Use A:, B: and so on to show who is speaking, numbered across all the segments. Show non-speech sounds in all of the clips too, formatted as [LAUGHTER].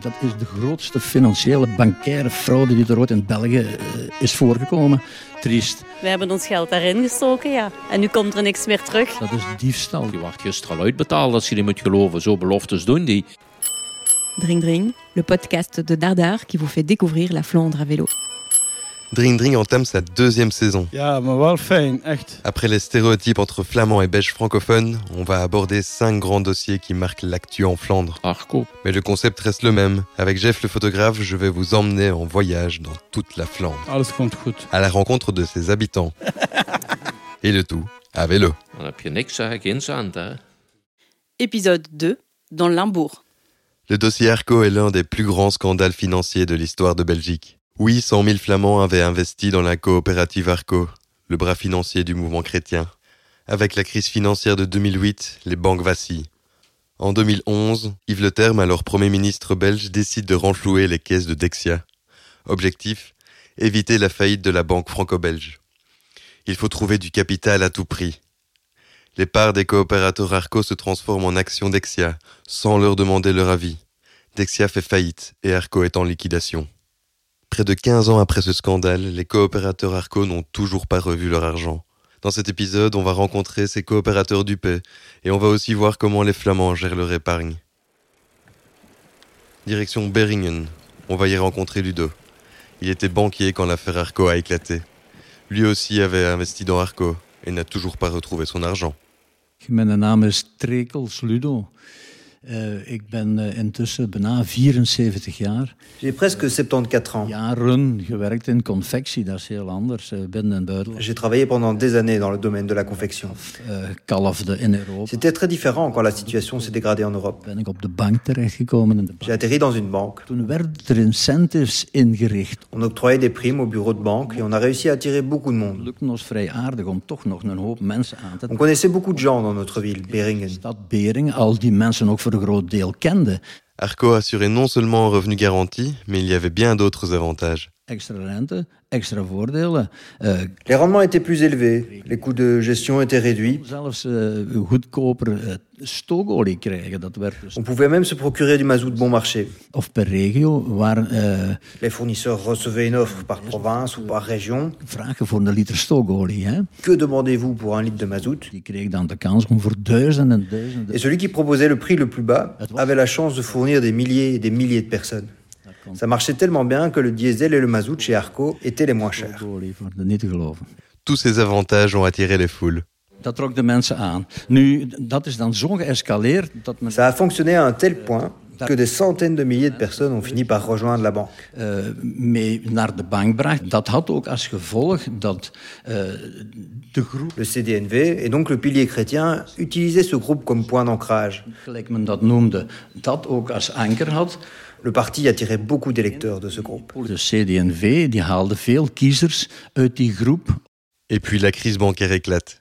A: Dat is de grootste financiële bankaire fraude die er ooit in België eh, is voorgekomen. Triest.
B: We hebben ons geld daarin gestoken, ja. En nu komt er niks meer terug.
A: Dat is diefstal.
C: Die wordt gisteren al uitbetaald als je die moet geloven. Zo beloftes doen die.
D: Dring Dring, le podcast de Dardar qui vous fait découvrir la Flandre à vélo.
E: Dring Dring entame sa deuxième saison.
F: Ja, maar wel fijn, echt.
E: Après les stéréotypes entre flamands et belges francophones, on va aborder cinq grands dossiers qui marquent l'actu en Flandre.
C: Arco.
E: Mais le concept reste le même. Avec Jeff le photographe, je vais vous emmener en voyage dans toute la Flandre,
F: Alles komt goed.
E: à la rencontre de ses habitants. Et le tout à vélo.
C: Dan heb je niks, hè. geen cent. Hè.
B: Épisode 2, dans Limbourg.
E: Le dossier Arco est l'un des plus grands scandales financiers de l'histoire de Belgique. Oui, 100 000 Flamands avaient investi dans la coopérative Arco, le bras financier du mouvement chrétien. Avec la crise financière de 2008, les banques vacillent. En 2011, Yves Le Terme, alors Premier ministre belge, décide de renflouer les caisses de Dexia. Objectif éviter la faillite de la banque franco-belge. Il faut trouver du capital à tout prix. Les parts des coopérateurs Arco se transforment en actions Dexia, sans leur demander leur avis. Dexia fait faillite et Arco est en liquidation. Près de 15 ans après ce scandale, les coopérateurs Arco n'ont toujours pas revu leur argent. Dans cet épisode, on va rencontrer ces coopérateurs du paix et on va aussi voir comment les Flamands gèrent leur épargne. Direction Beringen, on va y rencontrer Ludo. Il était banquier quand l'affaire Arco a éclaté. Lui aussi avait investi dans Arco et n'a toujours pas retrouvé son argent.
A: Mijn naam is Trekels Ludo. Eh, ik ben eh, intussen bijna 74 jaar.
G: J'ai presque 74 ans.
A: Jaren gewerkt in confectie, dat is heel anders, eh, binnen en buitenland.
G: J'ai travaillé pendant des années dans le domaine de la confection.
A: Eh, kalfde in Europa.
G: C'était très différent quand la situation s'est dégradée en Europe.
A: Ben ik op de bank terechtgekomen. In de bank.
G: J'ai atterri dans une banque.
A: Toen werden er incentives ingericht.
G: On octroyait des primes au bureau de banque et on a réussi à attirer beaucoup de
A: Het
G: monde.
A: lukte ons vrij aardig om toch nog een hoop mensen aan te
G: On connaissait beaucoup de gens dans notre ville, Beringen.
A: Dat Bering al die mensen ook voor een groot deel kende.
E: Arco assurait non seulement un revenu garanti, mais il y avait bien d'autres avantages.
A: Extra rente, extra voordelen. eh,
G: Les rendements étaient plus élevés, les coûts de gestion étaient réduits.
A: zelfs eh, goedkoper eh, stookolie krijgen. Dat werd dus-
G: On pouvait même se procurer du mazout bon marché.
A: of per regio waren eh,
G: Les fournisseurs recevaient une offre par province ou par région.
A: vragen voor een liter stookolie. Hè?
G: Que demandez-vous pour un litre de mazout
A: Die kreeg dan de kans om voor duizenden en duizenden.
G: Et celui qui proposait le prix le plus bas avait la chance de fournir des milliers et des milliers de personnes. Ça marchait tellement bien que le diesel et le mazout chez Arco étaient les moins chers.
A: Stookolie voor de niet te geloven.
E: Tous ces avantages ont attiré les foules.
A: Dat trok de mensen aan. Nu, dat is dan zo geëscaleerd dat men
G: Ça a fonctionné à un tel point que des centaines de milliers de personnes ont fini par rejoindre la banque.
A: eh, mee naar de bank bracht. Dat had ook als gevolg dat eh, de groep,
G: Le CDNV, et donc le pilier chrétien, utilisait ce groupe comme point d'ancrage.
A: gelijk men dat noemde, dat ook als anker had.
G: Le parti attirait beaucoup d'électeurs de ce groupe.
A: De CD&V die haalde veel kiezers uit die groep.
E: Et puis la crise bancaire éclate.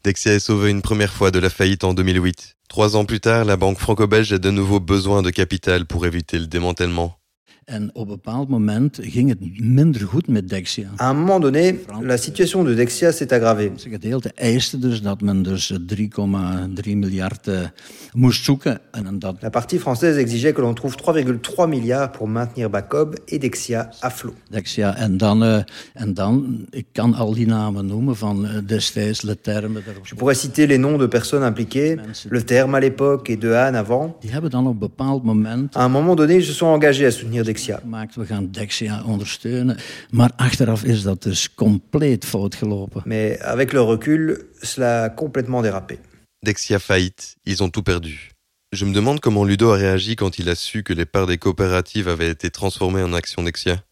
E: Dexia est sauvée une première fois de la faillite en 2008. Trois ans plus tard, la banque franco-belge a de nouveau besoin de capital pour éviter le démantèlement.
A: En op een bepaald moment ging het minder goed met Dexia.
G: À un moment donné, la situation de Dexia s'est aggravée.
A: Het gedeelte eiste dus dat men dus eh, 3,3 miljard eh, moest zoeken. En dat
G: La partie française exigeait que l'on trouve 3,3 milliards pour maintenir Bacob et Dexia à flot.
A: Dexia. En dan, eh, en dan, ik kan al die namen noemen van eh, destijds Leterme. daar-
G: Je pourrais citer les noms de personnes impliquées, le terme à l'époque et de Hahn avant.
A: Die hebben dan op een bepaald moment
G: À un moment donné, ils se sont engagés à soutenir Dexia.
A: gemaakt, we gaan Dexia ondersteunen. Maar achteraf is dat dus compleet fout gelopen.
G: Mais avec le recul, cela a complètement dérapé.
E: Dexia faillite, ils ont tout perdu. Je me demande comment Ludo a réagi quand il a su que les parts des coopératives avaient été transformées en actions Dexia.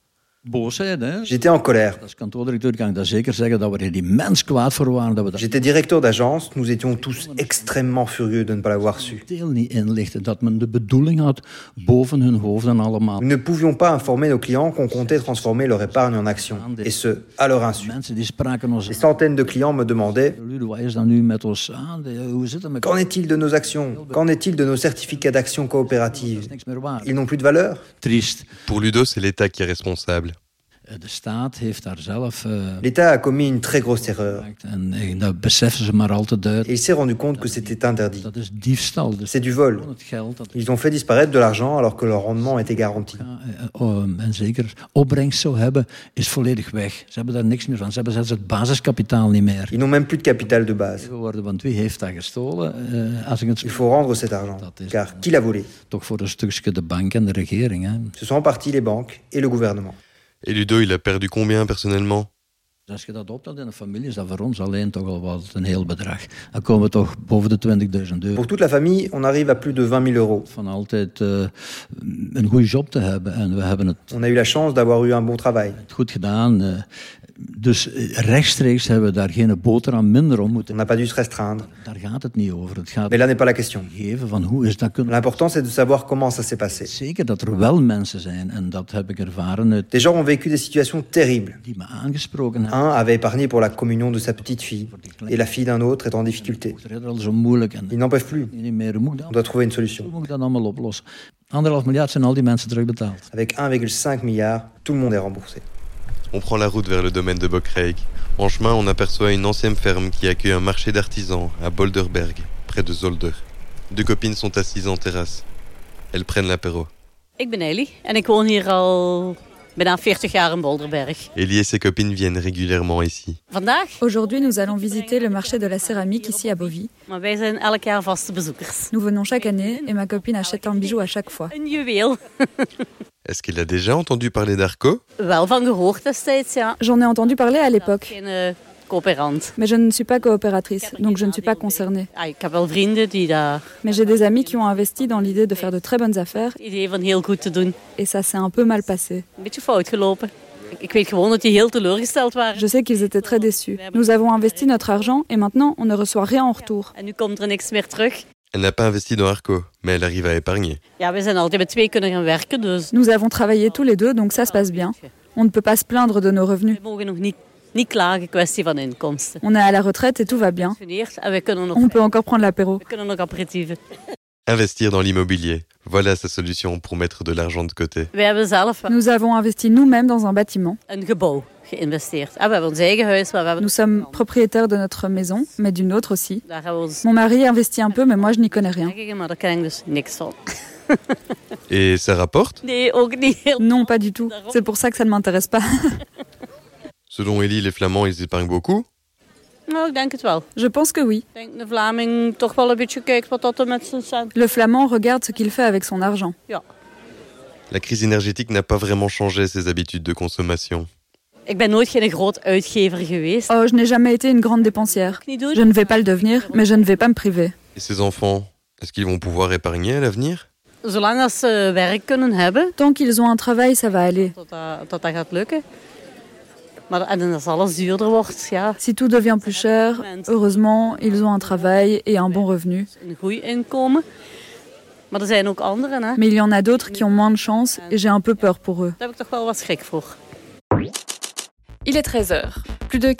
A: Boosheid, hè?
G: J'étais en colère.
A: Als kantoordirecteur kan ik dat zeker zeggen dat we er immens kwaad voor waren dat we dat
G: J'étais directeur d'agence, nous étions tous extrêmement furieux de ne pas l'avoir su.
A: deel niet inlichten. Dat men de bedoeling had boven hun hoofden allemaal.
G: Nous ne pouvions pas informer nos clients qu'on comptait transformer leur épargne en actions, et ce, à leur insu.
A: Mensen die spraken
G: Des
A: ons aan.
G: centaines de clients me demandaient
A: Ludo, wat is dat nu met ons aan? De- Hoe zit het met
G: Qu'en est-il de nos actions Qu'en est-il de nos certificats d'actions coöpératives
A: niks meer waar?
G: Ils n'ont plus de valeur
A: Triest.
E: Pour Ludo, c'est l'État qui est responsable.
A: Eh, De staat heeft daar zelf eh,
G: L'État a commis une très grosse erreur
A: gemaakt. En eh, dat beseffen ze maar al te
G: et
A: duidelijk.
G: il s'est rendu compte que c'était interdit.
A: Dat is diefstal. Dus
G: C'est du vol.
A: gewoon het geld. Dat
G: Ils ont fait disparaître de l'argent alors que leur rendement était garanti.
A: Ja, eh, eh, oh, en zeker opbrengst zou hebben, is volledig weg. Ze hebben daar niks meer van. Ze hebben zelfs het basiskapitaal niet meer.
G: Ils n'ont même plus de capital de base.
A: Geworden, want wie heeft dat gestolen? Eh, als ik het
G: Il faut rendre cet argent, car qui l'a volé
A: toch voor een stukje de bank en de regering. Hè.
G: Ce sont en partie les banques et le gouvernement.
E: Et Ludo, il a perdu combien personnellement
A: Dus als je dat optelt in een familie, is dat voor ons alleen toch al wat een heel bedrag. Dan komen we toch boven de 20.000 euro.
G: Pour toute la famille, on arrive à plus de 20 000 euros.
A: Van altijd eh, een goede job te hebben. En we hebben het
G: On a eu la chance d'avoir eu un bon travail.
A: het goed gedaan. eh. dus eh, rechtstreeks hebben we daar geen boterham minder om
G: On
A: moeten.
G: n'a pas dû se restreindre.
A: Daar gaat het niet over. Het gaat
G: Mais là n'est pas la question.
A: geven van hoe is dat kunnen.
G: L'important, c'est de savoir comment ça s'est passé.
A: Zeker dat er wel mensen zijn, en dat heb ik ervaren uit
G: Des gens ont vécu des situations terribles.
A: die me aangesproken hebben.
G: Un avait épargné pour la communion de sa petite fille, et la fille d'un autre est en difficulté.
A: Het is al zo moeilijk en
G: Ils n'en peuvent plus.
A: niet meer. Hoe moet, ik
G: On
A: dat,
G: doit trouver une
A: hoe
G: solution.
A: moet ik dat allemaal oplossen? Anderhalf miljard zijn al die mensen terugbetaald.
G: Avec 1,5 milliard, tout le monde est remboursé.
E: On prend la route vers le domaine de Bockreik. En chemin, on aperçoit une ancienne ferme qui accueille un marché d'artisans à Bolderberg, près de Zolder. Deux copines sont assises en terrasse. Elles prennent l'apéro.
B: Ik ben Ellie en ik woon hier al bijna 40 jaar in Bolderberg.
E: Ellie et ses copines viennent régulièrement ici.
B: Vandaag,
H: Aujourd'hui, nous allons visiter le marché de la céramique ici à Bovie.
B: maar wij zijn elk jaar vaste bezoekers.
H: Nous venons chaque année et ma copine achète un bijou à chaque fois.
B: Een juweel.
E: Est-ce qu'il a déjà entendu parler d'Arco
B: Wel van gehoord destijds, ja.
H: J'en ai entendu parler à l'époque,
B: Geen eh, coöperant.
H: mais je ne suis pas coopératrice, donc je ne suis pas concernée.
B: Ah, ik heb wel vrienden die daar
H: Mais j'ai des amis qui ont investi dans l'idée de faire de très bonnes affaires
B: het idee van heel goed te doen.
H: et ça s'est un peu mal passé.
B: Een beetje fout gelopen. Ik- Ik weet gewoon dat die heel teleurgesteld waren.
H: Je sais qu'ils étaient très déçus. Nous avons investi notre argent et maintenant on ne reçoit rien en retour.
B: En nu komt er niks meer terug.
E: Elle n'a pas investi dans Arco, mais elle arrive à épargner.
B: Ja, we zijn altijd met twee kunnen gaan werken, dus...
H: Nous avons travaillé tous les deux, donc ça se passe bien. On ne peut pas se plaindre de nos revenus.
B: We mogen nog niet, niet klagen, kwestie van inkomsten.
H: On est à la retraite et tout va bien.
B: Geneerd En we kunnen nog,
H: On peut encore prendre l'apéro.
B: we kunnen nog aperitieven.
E: Investir dans l'immobilier. Voilà sa solution pour mettre de l'argent de côté.
B: We hebben zelf
H: Nous avons investi nous-mêmes dans un bâtiment.
B: een gebouw geïnvesteerd. En we hebben ons eigen huis, maar we hebben...
H: Nous sommes propriétaires de notre maison, mais d'une autre aussi.
B: Daar hebben we ons
H: Mon mari investit un peu, mais moi je n'y connais rien.
B: eigen, maar daar ken ik dus niks van. [LAUGHS]
E: Et ça rapporte
B: Nee, ook niet heel...
H: Non, pas du tout. C'est pour ça que ça ne m'intéresse pas. [LAUGHS]
E: Selon Ellie, les Flamands, ils épargnent beaucoup.
B: Nou, ik denk het wel.
H: Je pense que oui.
B: Ik denk de Vlaming toch wel een beetje kijkt wat dat er met zijn cent...
H: Le flamand regarde ce qu'il fait avec son argent.
E: La crise énergétique n'a pas vraiment changé ses habitudes de consommation.
B: Ik ben nooit geen groot uitgever geweest.
H: Oh, je n'ai jamais été une grande dépensière.
B: Ook niet doen.
H: Je ne vais pas le devenir, mais je ne vais pas me priver.
E: Et ses enfants, est-ce qu'ils vont pouvoir épargner à l'avenir
B: Zolang als ze werk kunnen hebben,
H: Tant qu'ils ont un travail, ça va aller.
B: dat dat, dat, dat gaat lukken. Maar en als alles duurder wordt, ja,
H: Si tout devient plus cher, heureusement, ils ont un travail et un bon revenu.
B: een goed inkomen. Maar er zijn ook anderen, hè.
H: Mais il y en a d'autres qui ont moins de chance et j'ai un peu peur pour eux.
B: Daar heb ik toch wel wat schrik voor.
I: Il est 13h. Plus de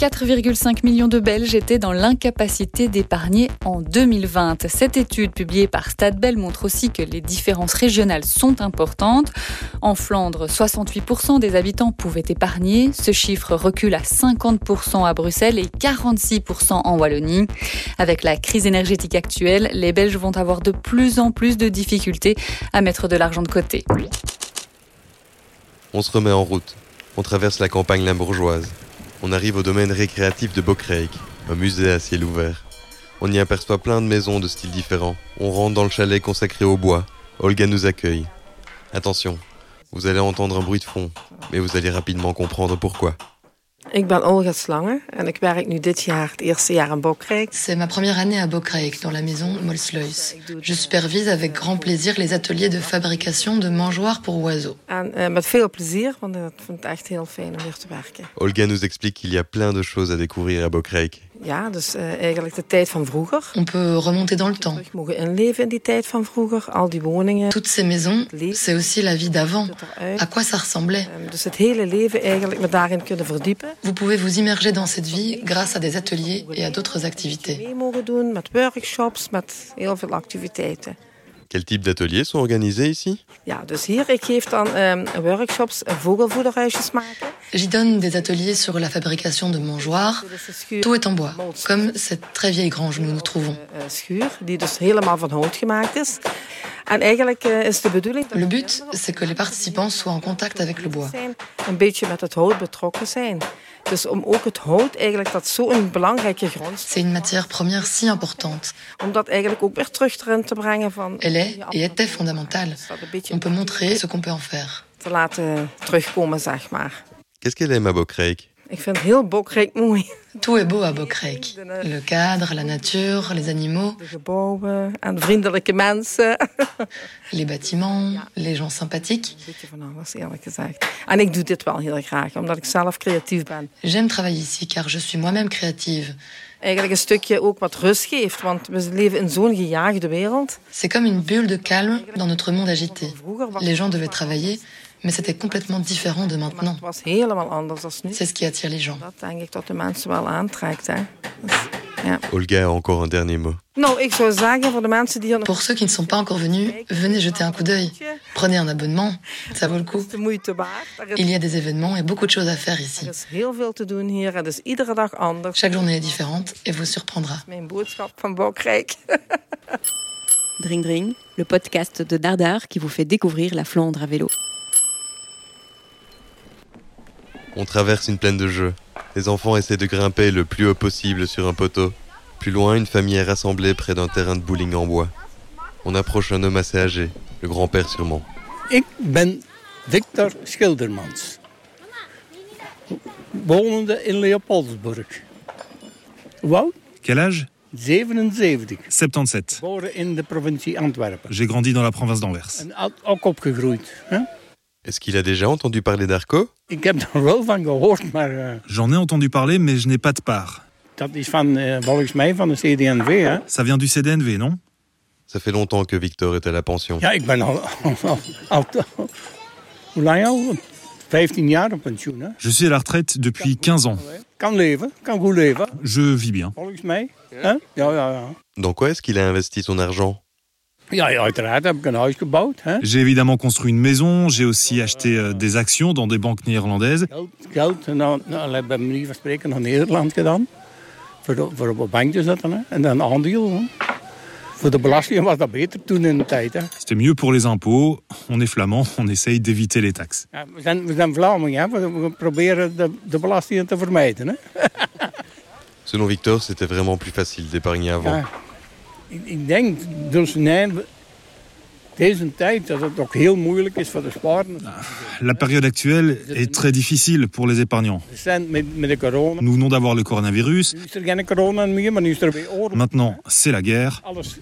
I: 4,5 millions de Belges étaient dans l'incapacité d'épargner en 2020. Cette étude publiée par Stade Bell montre aussi que les différences régionales sont importantes. En Flandre, 68% des habitants pouvaient épargner. Ce chiffre recule à 50% à Bruxelles et 46% en Wallonie. Avec la crise énergétique actuelle, les Belges vont avoir de plus en plus de difficultés à mettre de l'argent de côté.
E: On se remet en route. On traverse la campagne limbourgeoise. On arrive au domaine récréatif de Bockreik, un musée à ciel ouvert. On y aperçoit plein de maisons de styles différents. On rentre dans le chalet consacré au bois. Olga nous accueille. Attention, vous allez entendre un bruit de fond, mais vous allez rapidement comprendre pourquoi.
J: Ik ben Olga Slange en ik werk nu dit jaar het eerste jaar in Bokrijk.
K: C'est ma première année à Bockreik, dans la maison Molsleus. Je supervise avec grand plaisir les ateliers de fabrication de mangeoires pour oiseaux.
J: En eh, met veel plezier, want ik vind het echt heel fijn om hier te werken.
E: Olga nous explique qu'il y a plein de choses à découvrir à Bockreik.
J: Ja, dus eh, eigenlijk de tijd van vroeger.
K: On peut remonter dans le temps.
J: Terug mogen inleven in die tijd van vroeger. Al die woningen,
K: Toutes ces maisons, c'est aussi la vie d'avant.
J: het er eruit.
K: À quoi ça ressemblait
J: Eh, Dus het hele leven eigenlijk me daarin kunnen verdiepen.
K: Vous pouvez vous immerger dans cette vie grâce à des ateliers et à d'autres activités.
J: Mee mogen doen met workshops, met heel veel activiteiten.
E: Quel type d'ateliers sont organisés ici
J: Ja, dus hier, ik geef dan eh, workshops eh, ehm, vogelvoederhuisjes maken.
K: J'y donne des ateliers sur la fabrication de mangeoires. Tout est en bois, comme cette très vieille grange où nous nous trouvons.
J: Euh, eh,
K: Le but, c'est que les participants soient en contact avec le bois.
J: een beetje met het hout betrokken zijn. Dus om ook het hout eigenlijk, dat zo'n belangrijke grond
K: C'est une matière première si importante.
J: om dat eigenlijk ook weer terug erin te brengen van...
K: Elle est et était fondamentale. On peut montrer ce qu'on peut en faire.
J: Te laten terugkomen, zeg maar.
E: Qu'est-ce qu'elle aime à Bokrijk
J: Ik vind heel Bokrijk mooi.
K: Tout est beau à Bokrijk. Le cadre, la nature, les animaux.
J: Gebouwen en vriendelijke mensen.
K: Les bâtiments, les gens sympathiques.
J: Van alles, eerlijk gezegd. En ik doe dit wel heel graag, omdat ik zelf creatief ben.
K: J'aime travailler ici car je suis moi-même créative.
J: Eigenlijk een stukje ook wat rust geeft, want we leven in zo'n gejaagde wereld.
K: C'est comme une bulle de calme dans notre monde agité. Les gens devaient travailler, mais c'était complètement différent de maintenant. C'est ce qui attire les gens.
J: Denk ik dat de mensen wel aantrekt, hè.
E: Olga a encore un dernier mot.
J: Nou, ik zou zeggen voor de mensen die er nog...
K: Pour ceux qui ne sont pas encore venus, venez jeter un coup d'œil. Prenez un abonnement, ça vaut le coup.
J: de moeite waard. Er
K: Il y
J: is
K: a des événements et beaucoup de choses à faire ici.
J: heel veel te doen hier. Het is iedere dag anders.
K: Chaque journée est différente et vous surprendra.
J: Mijn boodschap van Bokrijk. [LAUGHS]
D: Dring Dring, le podcast de Dardar qui vous fait découvrir la Flandre à vélo.
E: On traverse une plaine de jeux. Les enfants essaient de grimper le plus haut possible sur un poteau. Plus loin, une famille est rassemblée près d'un terrain de bowling en bois. On approche un homme assez âgé, le grand-père sûrement.
L: Ik ben Victor Schildermans. Wonende in Leopoldsburg. Wow,
M: Quel âge
L: 77.
M: 77.
L: Geboren in de provincie Antwerpen.
M: J'ai grandi dans la province d'Anvers.
L: En ook- ook opgegroeid. Hè?
E: Est-ce qu'il a déjà entendu parler d'Arco
L: Ik heb daar wel van gehoord, maar eh,
M: J'en ai entendu parler, mais je n'ai pas de part.
L: dat is van, eh, volgens mij van de CDNV. Hè?
M: Ça vient du CDNV, non
E: Ça fait longtemps que Victor est à la pension.
L: Ja, ik ben al, al, al, al- hoe lang al? 15 jaar op pensioen. Hè?
M: Je suis à la retraite depuis 15 ans.
L: Kan leven, kan goed leven,
M: Je vis bien.
L: volgens mij. Hè? Ja, ja, ja.
E: Dans quoi est-ce qu'il a investi son argent
L: Ja, ja, uiteraard heb ik een huis gebouwd. Hè?
M: J'ai évidemment construit une maison, j'ai aussi acheté euh, des actions dans des banques néerlandaises.
L: geld nou, nou, bij manier van spreken naar Nederland gedaan. Voor, de- voor op een bank te zetten. Hè. En dan aandeel. Hè. Voor de belasting was dat beter toen in de tijd. Hè.
M: C'était mieux pour les impôts. On est flamand, on essaye d'éviter les taxes.
L: Ja, we, zijn, we zijn Vlamingen. Hè. We, we proberen de, de belastingen te vermijden. Hè. [LAUGHS]
E: Selon Victor, c'était vraiment plus facile d'épargner avant.
L: Ja. Ik, ik denk dus nee, we- deze tijd dat het ook heel moeilijk is voor de spaarders.
M: La période actuelle est très difficile pour les épargnants.
L: Recent met, met de corona.
M: Nous venons d'avoir le coronavirus.
L: Nu is er geen corona meer, maar nu is er weer oorlog.
M: Maintenant, c'est la guerre.
L: Alles,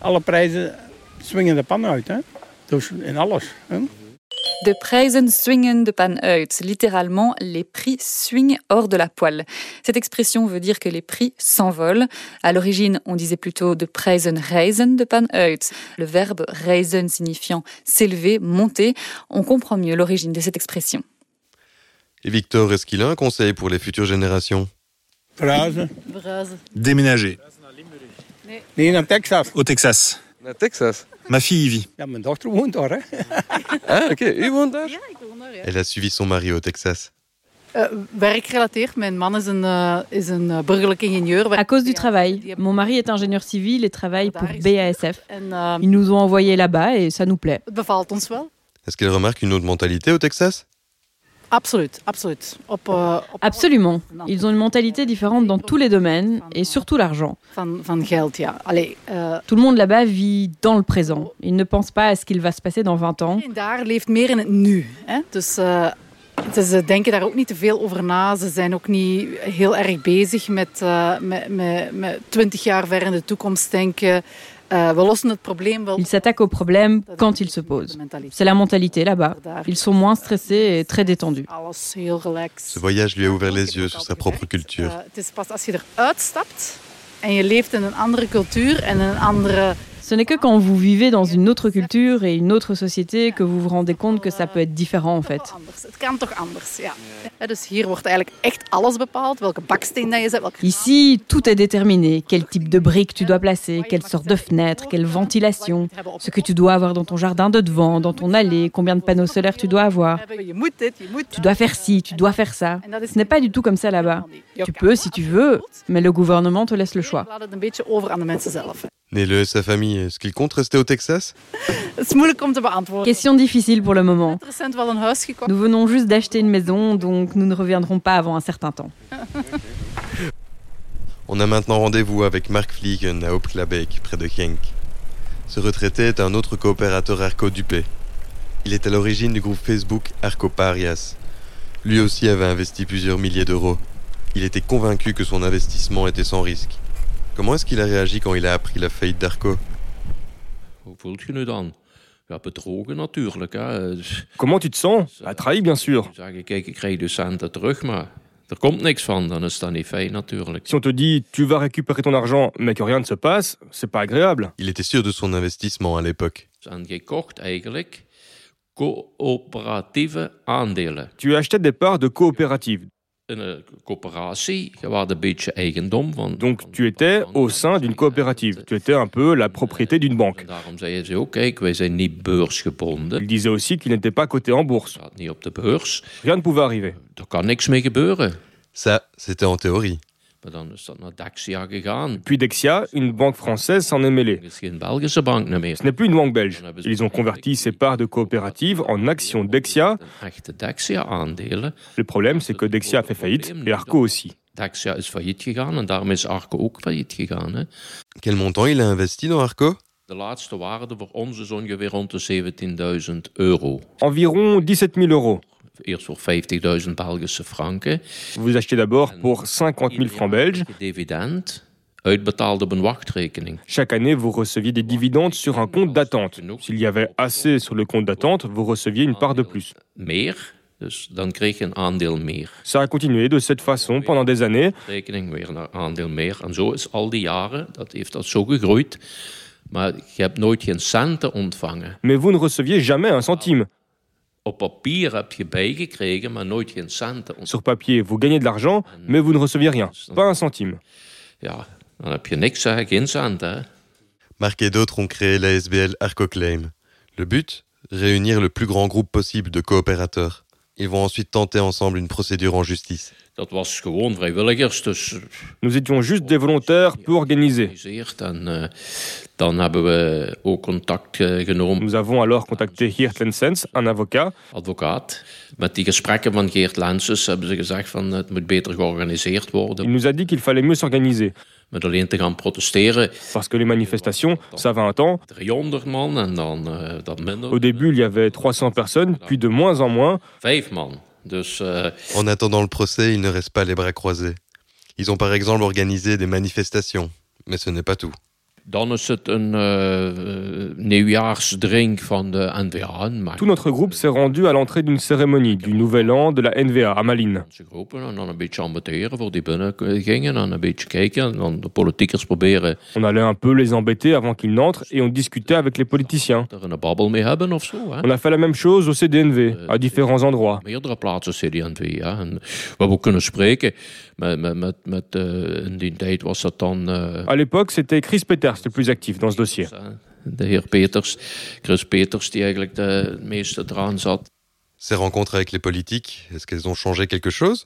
L: alle prijzen swingen de pan uit. Hè? Dus in alles. Hè?
I: De prijzen swingen de pan uit. Littéralement, les prix swingent hors de la poêle. Cette expression veut dire que les prix s'envolent. À l'origine, on disait plutôt de prijzen reizen de pan uit. Le verbe reizen signifiant s'élever, monter. On comprend mieux l'origine de cette expression.
E: Et Victor, est-ce qu'il a un conseil pour les futures générations
L: Verhuizen.
M: Déménager.
L: Nee, naar Texas.
M: Au Texas.
N: Naar Texas?
M: Ma fille y vit.
L: Ja, mijn dochter woont daar. Hè?
N: Ah, oké. U woont daar?
E: Elle a suivi son mari au Texas.
O: Eh, werkgerelateerd. Mijn man is een, eh, is een eh, burgerlijk ingenieur.
P: À cause du travail. Mon mari est ingénieur civil et travaille pour BASF.
O: En eh,
P: Ils nous ont envoyés là-bas et ça nous plaît.
O: het bevalt ons wel.
E: Est-ce qu'elle remarque une autre mentalité au Texas
O: Absoluut, absoluut. Op, eh, op
P: Absolument. Ils ont une mentalité différente dans tous les domaines et surtout l'argent.
O: van, van geld, ja. Allee, eh,
P: Tout le monde là-bas vit dans le présent. Ils ne pensent pas à ce qu'il va se passer dans 20 ans.
O: iedereen daar leeft meer in het nu. Hè? Dus eh, ze denken daar ook niet te veel over na. Ze zijn ook niet heel erg bezig met, eh, met, met, met 20 jaar ver in de toekomst denken. Eh, we lossen het probleem wel.
P: Ils s'attaquent aux problèmes quand ils se posent. C'est la mentalité là-bas. Ils sont moins stressés et très détendus.
O: Alles heel relaxed.
E: Ce voyage lui a ouvert les yeux sur sa propre culture.
O: Het is pas als je eruit stapt en je leeft in een andere cultuur en een andere
P: Ce n'est que quand vous vivez dans une autre culture et une autre société que vous vous rendez compte que ça peut être différent en fait.
O: Het kan toch anders, ja. Hè, Dus hier wordt eigenlijk echt alles bepaald. Welke baksteen dat je zet, welke
P: Ici, tout est déterminé. Quel type de briques tu dois placer, quelle sorte de fenêtre, quelle ventilation, ce que tu dois avoir dans ton jardin de devant, dans ton allée, combien de panneaux solaires tu dois avoir.
O: je moet dit, je moet
P: Tu dois faire ci, tu dois faire ça. Ce n'est pas du tout comme ça là-bas. Tu peux si tu veux, mais le gouvernement te laisse le choix.
O: laat het een beetje over aan de mensen zelf.
E: Nele et sa famille, est-ce qu'ils comptent rester au Texas
O: Het is moeilijk om te beantwoorden. Ik
P: Question difficile pour le moment.
O: heb recent wel een huis gekocht.
P: Nous venons juste d'acheter une maison, donc nous ne reviendrons pas avant un certain temps.
E: On a maintenant rendez-vous avec Mark Vliegen à Opklabeek, près de Genk. Ce retraité est un autre coopérateur Arco Dupé. Il est à l'origine du groupe Facebook Arco Parias. Lui aussi avait investi plusieurs milliers d'euros. Il était convaincu que son investissement était sans risque. Comment est-ce qu'il a réagi quand il a appris la faillite d'Arco
C: Hoe voelt je nu dan? Ja, bedrogen natuurlijk. Hè. Dus-
Q: Comment tu te sens Ah, trahi, bien sûr.
C: Zeggen, kijk, ik krijg de centen terug, maar er komt niks van. Dan is dat niet fijn natuurlijk.
Q: Si on te dit tu vas récupérer ton argent mais que rien ne se passe, c'est pas agréable.
E: Il était sûr de son investissement à l'époque.
C: En gekocht eigenlijk coöperatieve aandelen.
Q: Tu achetais des parts de coopératives.
C: Een eh, coöperatie, je was een beetje eigendom van. Eh,
Q: Donc tu étais au sein d'une coopérative. Tu étais un peu la propriété d'une banque.
C: Daarom zeiden ze ook, kijk, wij zijn niet beursgebonden.
Q: Il disait aussi qu'il n'était pas coté en bourse.
C: Staat niet op de beurs.
Q: Rien ne pouvait arriver.
C: Er kan niks mee gebeuren.
E: Ça, c'était en théorie.
C: Maar dan is dat naar Daxia gegaan.
Q: Puis Dexia, une banque française, s'en est mêlée.
C: Er is geen Belgische bank meer.
Q: Ce n'est plus une banque belge. Ils ont converti ces parts de coopérative en actions Dexia.
C: Echte Daxia-aandelen.
Q: Le problème, c'est que Dexia a fait faillite et Arco aussi.
C: Daxia is failliet gegaan en daarom is Arco ook failliet gegaan. Hè.
E: Quel montant il a investi dans Arco
C: De laatste waarde voor ons is ongeveer rond de 17.000 euro.
Q: Environ 17 000 euros.
C: Eerst voor 50.000 Belgische franken.
Q: Vous achetez d'abord pour 50 000 francs belges.
C: Dividend uitbetaald op een wachtrekening.
Q: Chaque année, vous receviez des dividendes sur un compte d'attente. S'il y avait assez sur le compte d'attente, vous receviez une part de plus.
C: Meer, dus dan kreeg je een aandeel meer.
Q: Ça a continué de cette façon pendant des années.
C: Rekening weer naar aandeel meer. En zo is al die jaren, dat heeft dat zo gegroeid. Maar je hebt nooit geen centen ontvangen.
Q: Mais vous ne receviez jamais un centime.
C: Op papier heb je bijgekregen, maar nooit geen centen ontvangen.
Q: Sur papier, vous gagnez de l'argent, mais vous ne receviez rien. Pas un centime.
C: Ja, dan heb je niks, hè. geen centen. hè.
E: Marc et d'autres ont créé l'ASBL Arcoclaim. Le but Réunir le plus grand groupe possible de coopérateurs. Ils vont ensuite tenter ensemble une procédure en justice.
C: Dat was gewoon vrijwilligers, dus eh,
Q: Nous étions juste des volontaires peu organisés.
C: georganiseerd. En eh, dan hebben we ook contact eh, genomen
Q: Nous avons alors contacté Geert Lensens, un avocat.
C: advocaat. Met die gesprekken van Geert Lenses hebben ze gezegd van het moet beter georganiseerd worden.
Q: Il nous a dit qu'il fallait mieux s'organiser,
C: Met alleen te gaan protesteren.
Q: parce que les manifestations, ça va un temps.
C: 300 man en dan eh, dat
Q: Au
C: minder.
Q: début, il y avait 300 personnes, puis de moins en moins.
C: Vijf man. Dus eh,
E: En attendant le procès, ils ne restent pas les bras croisés. Ils ont par exemple organisé des manifestations, mais ce n'est pas tout.
C: dan is het een eh, eh, nieuwjaarsdrink van de NVA. Een
Q: Tout notre groupe s'est rendu à l'entrée d'une cérémonie du Nouvel An de la NVA à Malines.
C: Ze groepen en dan een beetje ambeteren voor die binnen gingen. En een beetje kijken. En dan de politiekers proberen
Q: On allait un peu les embêter avant qu'ils n'entrent et on discutait avec les politiciens.
C: er een babbel mee hebben of zo. Hè.
Q: On a fait la même chose au CDNV, à différents endroits.
C: Meerdere plaatsen CD&V. Ja. En waar we ook kunnen spreken. Met, met, met, met, eh, in die tijd was dat dan eh,
Q: À l'époque, c'était Chris Peters le plus actif dans ce dossier.
C: hein. de heer Peters, Chris Peters, die eigenlijk de het meeste eraan zat.
E: Ces rencontres avec les politiques, est-ce qu'elles ont changé quelque chose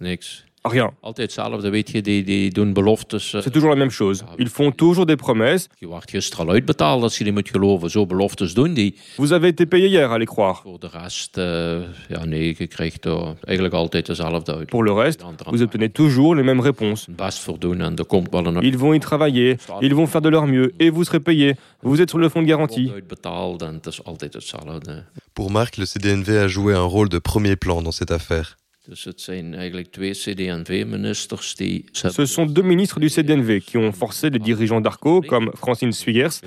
C: Niks.
Q: Rien.
C: Altijd hetzelfde, weet je, die, die doen beloftes. eh.
Q: C'est toujours la même chose. Ils font toujours des promesses.
C: Je wordt gisteren al uitbetaald als je die moet geloven. Zo beloftes doen die.
Q: Vous avez été payé hier, à les croire.
C: Voor de rest, eh, ja nee, je krijgt eh, eigenlijk altijd dezelfde uit.
Q: Pour le reste, vous obtenez toujours les mêmes réponses.
C: Best voor doen en er komt wel een
Q: Ils vont y travailler, ils vont faire de leur mieux et vous serez payé. Vous êtes sur le fonds de garantie.
C: wordt uitbetaald en het is altijd hetzelfde.
E: Pour Marc, le CDNV a joué un rôle de premier plan dans cette affaire.
C: Dus het zijn eigenlijk twee CD&V-ministers die...
Q: Ce sont deux ministres du CDNV qui ont forcé les dirigeants d'Arco, comme Francine Swigers,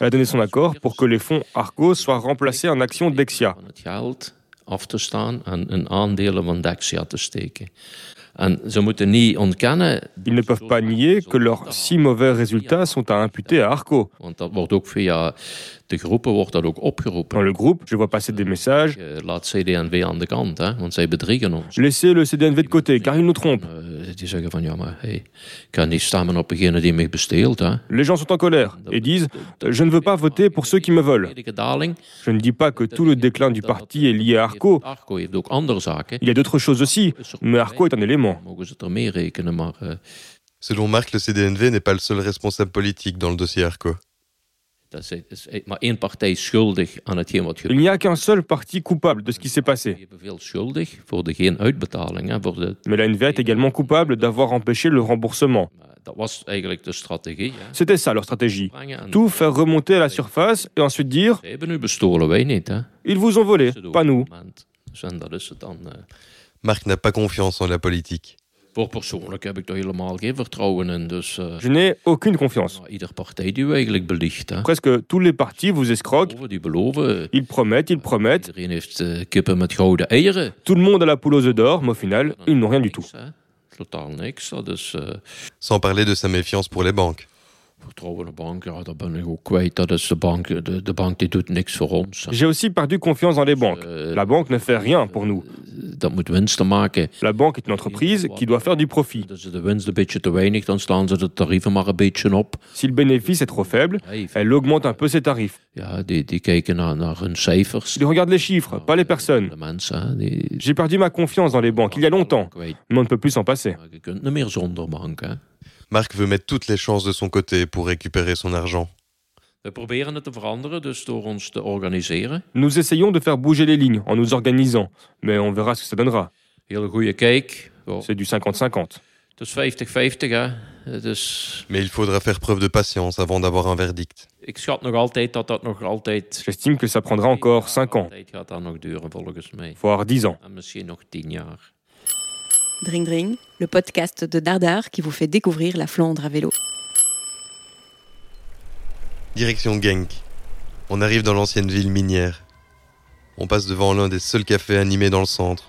Q: à donner son accord pour que les fonds Arco soient remplacés en actions Dexia.
C: Van het geld af te staan en in aandelen van Dexia te steken. Ils
Q: ne peuvent pas nier que leurs si mauvais résultats sont à imputer à Arco. Dans le groupe, je vois passer des messages.
C: Eh,
Q: Laissez le CDNV de côté, car il nous trompe.
C: Eh,
Q: Les gens sont en colère et disent Je ne veux pas voter pour ceux qui me volent. Je ne dis pas que tout le déclin du parti est lié à Arco. Il y a d'autres choses aussi, mais Arco est un élément.
E: Selon Marc, le CDNV n'est pas le seul responsable politique dans le dossier Arco.
Q: Il n'y a qu'un seul parti coupable de ce qui s'est passé. Mais la NVA est également coupable d'avoir empêché le remboursement. C'était ça leur stratégie. Tout faire remonter à la surface et ensuite dire Ils vous ont volé, pas nous.
C: eh,
E: Marc n'a pas confiance en la politique.
C: dus, eh,
Q: Je n'ai aucune confiance. Presque tous les partis vous escroquent. Ils promettent, ils promettent. Tout le monde a la poule aux œufs d'or, mais au final, ils n'ont rien du tout.
E: Sans parler de sa méfiance pour les banques.
Q: J'ai aussi perdu confiance dans les banques. La banque ne fait rien pour nous. La banque est une entreprise qui doit faire du profit. Si le bénéfice est trop faible, elle augmente un peu ses tarifs. Ils regardent les chiffres, pas les personnes. J'ai perdu ma confiance dans les banques il y a longtemps, mais on ne peut plus s'en passer.
E: Marc veut mettre toutes les chances de son côté pour récupérer son argent.
C: dus
Q: Nous essayons de faire bouger les lignes en nous organisant, mais on verra ce que ça donnera. C'est du 50-50.
E: Mais il faudra faire preuve de patience avant d'avoir un verdict.
Q: J'estime que ça prendra encore 5 ans, voire 10 ans.
D: Dring Dring, le podcast de Dardar qui vous fait découvrir la Flandre à vélo.
E: Direction Genk. On arrive dans l'ancienne ville minière. On passe devant l'un des seuls cafés animés dans le centre.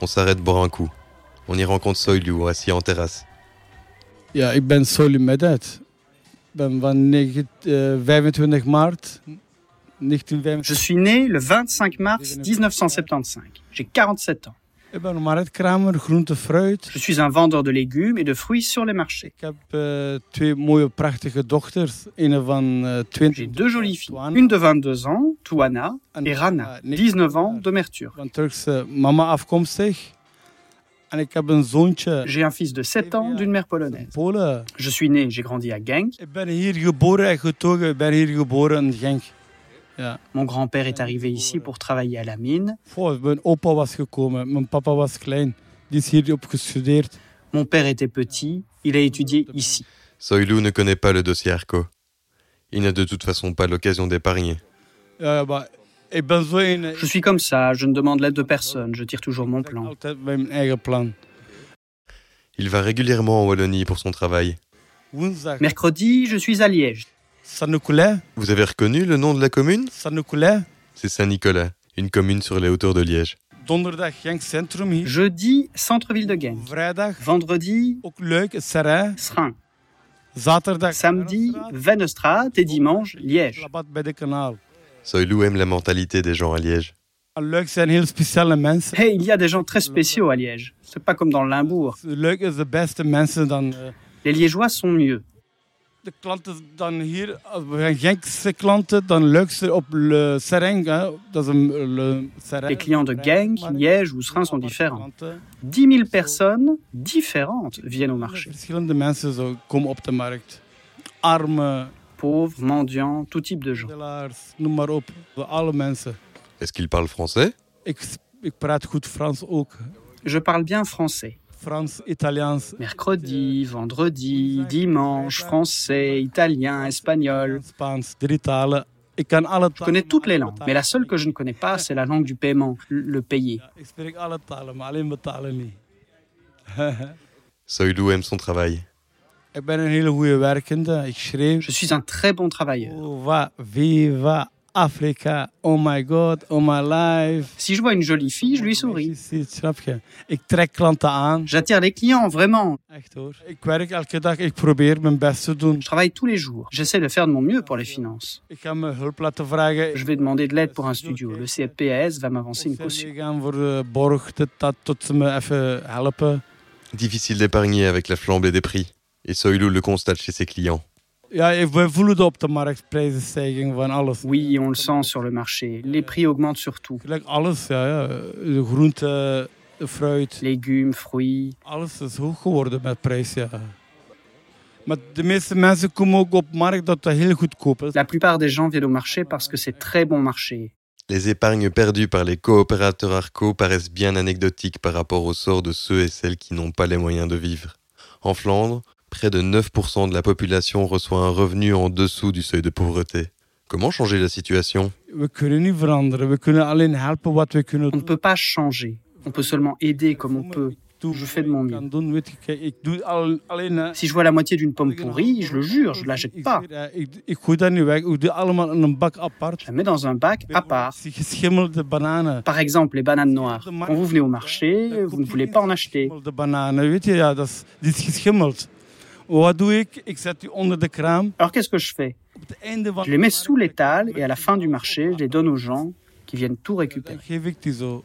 E: On s'arrête boire un coup. On y rencontre Soylu, assis en terrasse.
F: Ja, ik ben Soli Medet. Ik ben van 19, eh, 25 maart. 1925.
R: Je suis né le 25 mars 1975. J'ai 47 ans.
F: Ik ben marktkramer, groente, fruit.
R: Je suis un vendeur de légumes et de fruits sur les marchés.
F: Ik heb eh, twee mooie, prachtige dochters. Een van eh, 20.
R: J'ai deux jolies filles, une de 22 ans, Touana, et
F: Ah,
R: Rana, 19 ans, d'Omerture.
F: Van Turkse ben eh, mama afkomstig. En ik heb een zoontje.
R: J'ai un fils de 7
F: Eh
R: ans d'une mère polonaise. Je suis né, j'ai grandi à Genk.
F: Ik ben hier geboren en getogen. Ik ben hier geboren in Genk. Ja.
R: Mon grand-père est arrivé ici pour travailler à la mine.
F: Goh, mijn ben, opa was gekomen. Mijn papa was klein. Die is hierop gestudeerd.
R: Mon père était petit, il a étudié ici.
E: Soylu ne connaît pas le dossier Arco. Il n'a de toute façon pas l'occasion d'épargner.
F: Ja, maar ik ben zo in... ben
R: Je suis comme ça, je ne demande l'aide de personne, je tire toujours mon plan.
F: Mijn eigen plan.
E: Il va régulièrement en Wallonie pour son travail.
F: Woensdag.
R: Mercredi, je suis à Liège.
F: Saint-Nicolas.
E: Vous avez reconnu le nom de la commune
F: Saint-Nicolas.
E: C'est Saint-Nicolas, une commune sur les hauteurs de Liège.
F: Donderdag Genk Centrum hier.
R: Jeudi, centre-ville de Genk.
F: Vrijdag.
R: Vendredi,
F: Ook leuk. Serrain.
R: Srin.
F: Zaterdag.
R: Samedi, Vennestraat et dimanche, Liège.
F: Rabat bij de kanaal.
E: Soylu aime la mentalité des gens à Liège.
F: Leuk zijn heel speciale mensen.
R: Et il y a des gens très spéciaux à Liège. C'est pas comme dans le Limbourg.
F: Leuk is de beste mensen dan... eh,
R: Les Liégeois sont mieux.
F: de klanten dan hier, als we gaan Genkse klanten, dan leukste op Le Sereng. Hè. Dat is een Le Sereng.
R: Les clients de Genk, Liège ou Srin sont différents. 10 000 personnes différentes viennent au marché.
F: Verschillende mensen zo komen op de markt. Armen,
R: Pauvres, mendiants, tout type de gens.
F: delaars, noem maar op. Alle mensen.
E: Est-ce qu'il parle français
F: Ik, s- ik praat goed Frans ook.
R: Je parle bien français.
F: Frans, Italiaans,
R: Mercredi, vendredi, dimanche, français, italien, espagnol.
F: Spaans, drie talen. Ik kan alle
R: Je
F: talen.
R: connais toutes les langues, mais la seule que je ne connais pas, c'est la langue du paiement, le payer.
F: Ik spreek alle talen, maar alleen betalen niet. [LAUGHS]
E: Soylu aime son travail.
F: ik ben een hele goede werkende. Ik schreef.
R: Je suis un très bon travailleur.
F: Viva, viva Africa, oh my god, oh my life.
R: Si je vois une jolie fille, je lui souris.
F: Ik trek klanten aan.
R: J'attire les clients, vraiment.
F: Ik werk elke dag, ik probeer mijn best te doen.
R: Je travaille tous les jours. J'essaie de faire de mon mieux pour les finances.
F: Ik ga me hulp laten vragen.
R: Je vais demander de l'aide pour un studio. Le CPAS va m'avancer une caution.
F: Ik ga voor de borg, dit, dat, tot ze me even helpen.
E: Difficile d'épargner avec la flambée des prix. Et Soilou le constate chez ses clients.
F: Ja, we voelen het op de markt, prijzenstijging van alles.
R: Oui, on le sent sur le marché. Les prix augmentent surtout.
F: Alles, ja, ja. De groente, de fruit.
R: Légumes, fruits.
F: Alles is hoog geworden met prijs, ja. Maar de meeste mensen komen ook op markt dat het heel goedkoop is.
R: La plupart des gens viennent au marché parce que c'est très bon marché.
E: Les épargnes perdues par les coopérateurs Arco paraissent bien anecdotiques par rapport au sort de ceux et celles qui n'ont pas les moyens de vivre. En Flandre, près de 9% de la population reçoit un revenu en dessous du seuil de pauvreté. Comment changer la situation
F: We kunnen niet veranderen. We kunnen alleen helpen wat we kunnen
R: On ne peut pas changer. On peut seulement aider comme on peut. Je fais de mon mieux.
F: doen. Weet je, kijk, ik doe al- alleen... hè.
R: Si je vois la moitié d'une pomme pourrie, je le jure, je ne la jette pas.
F: Ik, ik gooi dat niet weg. Ik doe allemaal in een bak apart.
R: Je la mets dans un bac à part. Par exemple, les bananes noires. Quand vous venez au marché, vous ne voulez pas en acheter.
F: De bananen, weet je, ja, dat is, die is geschimmeld. Wat doe ik? Ik zet die onder de kraam.
R: Alors qu'est-ce que je fais Je les mets sous l'étal et à la fin du marché, je les donne aux gens qui viennent tout récupérer.
F: Geef ik die zo.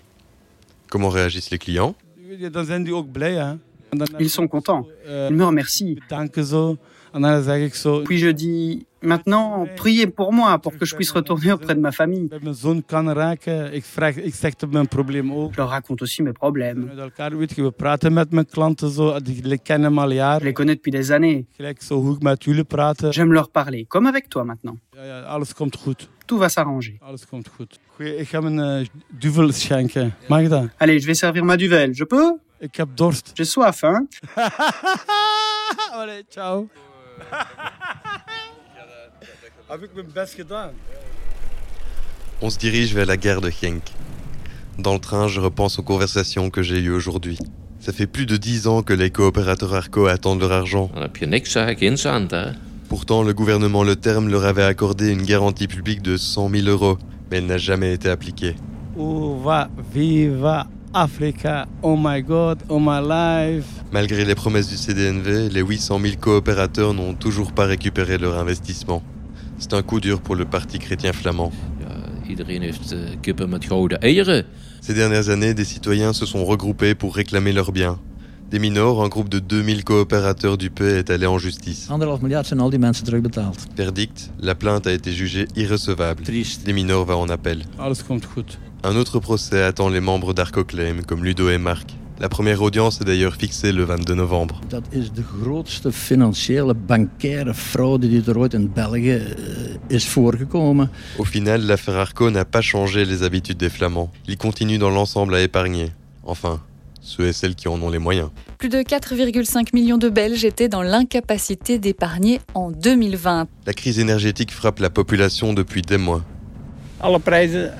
E: Comment réagissent les clients
F: Weet je, Dan zijn die ook blij, hè? En dan,
R: Ils sont contents.
F: Euh,
R: Ils me remercient. Puis je dis, maintenant, priez pour moi pour que je puisse retourner auprès de ma famille.
F: mijn zoon kan raken. Ik, vraag, ik zeg hem mijn probleem ook.
R: Je leur raconte aussi mes problèmes.
F: Met elkaar, weet je, we praten met mijn klanten zo. Die die kennen me al jaren.
R: Je les connais depuis des années.
F: Gelijk zo hoe ik met jullie praat.
R: J'aime leur parler, comme avec toi maintenant.
F: Ja, ja, alles komt goed.
R: Tout va s'arranger.
F: Alles komt goed. Goeie, ik ga mijn eh, duvel schenken. Mag dat?
R: Allez, je vais servir ma duvel. Je peux
F: Ik heb dorst.
R: J'ai soif, hein
F: [LAUGHS] Allee, ciao. Heb ik mijn best gedaan?
E: On se dirige vers la gare de Henk. Dans le train, je repense aux conversations que j'ai eues aujourd'hui. Ça fait plus de dix ans que les coopérateurs Arco attendent leur argent. Pourtant, le gouvernement Le Terme leur avait accordé une garantie publique de 100 000 euros, mais elle n'a jamais été appliquée.
F: Uva, viva Africa. Oh my god, oh my life.
E: Malgré les promesses du CDNV, les 800 000 coopérateurs n'ont toujours pas récupéré leur investissement. C'est un coup dur pour le Parti chrétien flamand. Ces dernières années, des citoyens se sont regroupés pour réclamer leurs biens. Des mineurs, un groupe de 2000 coopérateurs du P est allé en justice.
A: Anderhalf miljard zijn al die mensen terugbetaald.
E: Verdict, la plainte a été jugée irrecevable. Des mineurs va en appel.
F: Alles komt goed.
E: Un autre procès attend les membres d'Arcoclaim, comme Ludo et Marc. La première audience est d'ailleurs fixée le 22 novembre.
A: Dat is de grootste financiële bankaire fraude die er ooit in België eh, is voorgekomen.
E: Au final, l'affaire Arco n'a pas changé les habitudes des Flamands. Ils continuent dans l'ensemble à épargner. Enfin, ceux et celles qui en ont les moyens.
I: Plus de 4,5 millions de Belges étaient dans l'incapacité d'épargner en 2020.
E: La crise énergétique frappe la population depuis des mois.
L: Alle prijzen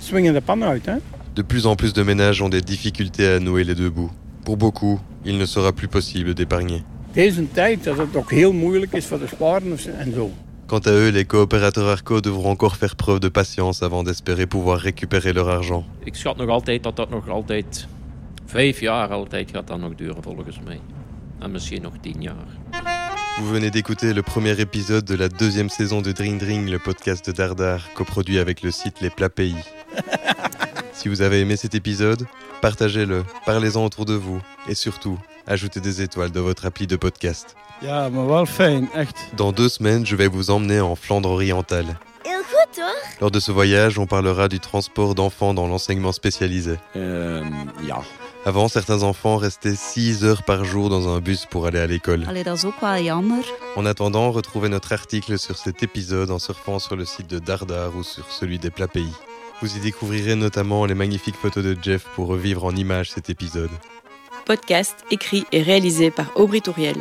L: swingen de pan uit. Hè?
E: De plus en plus de ménages ont des difficultés à nouer les deux bouts. Pour beaucoup, il ne sera plus possible d'épargner.
L: Deze tijd dat het ook heel moeilijk is voor de spaarders en zo.
E: Quant à eux, les coopérateurs Arco devront encore faire preuve de patience avant d'espérer pouvoir récupérer leur argent.
C: Ik schat nog altijd dat dat nog altijd vijf jaar altijd gaat dat nog duren volgens mij. En misschien nog tien jaar.
E: Vous venez d'écouter le premier épisode de la deuxième saison de Dring Dring, le podcast de Dardar, coproduit avec le site Les Plats Pays. si vous avez aimé cet épisode, partagez-le, parlez-en autour de vous et surtout, ajoutez des étoiles dans votre appli de podcast.
F: Ja, maar wel fijn, echt.
E: Dans deux semaines, je vais vous emmener en Flandre orientale.
S: Heel goed hoor.
E: Lors de ce voyage, on parlera du transport d'enfants dans l'enseignement spécialisé. Avant, certains enfants restaient 6 heures par jour dans un bus pour aller à l'école.
T: Allee, dat is ook wel jammer.
E: En attendant, retrouvez notre article sur cet épisode en surfant sur le site de Dardar ou sur celui des plats pays. Vous y découvrirez notamment les magnifiques photos de Jeff pour revivre en images cet épisode.
D: Podcast écrit et réalisé par Aubry Touriel.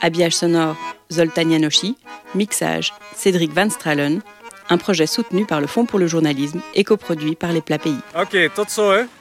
D: Habillage sonore Zoltan Janoshi. Mixage Cédric Van Stralen. Un projet soutenu par le Fonds pour le journalisme et coproduit par les Plats Pays.
U: Oké, tot zo hè.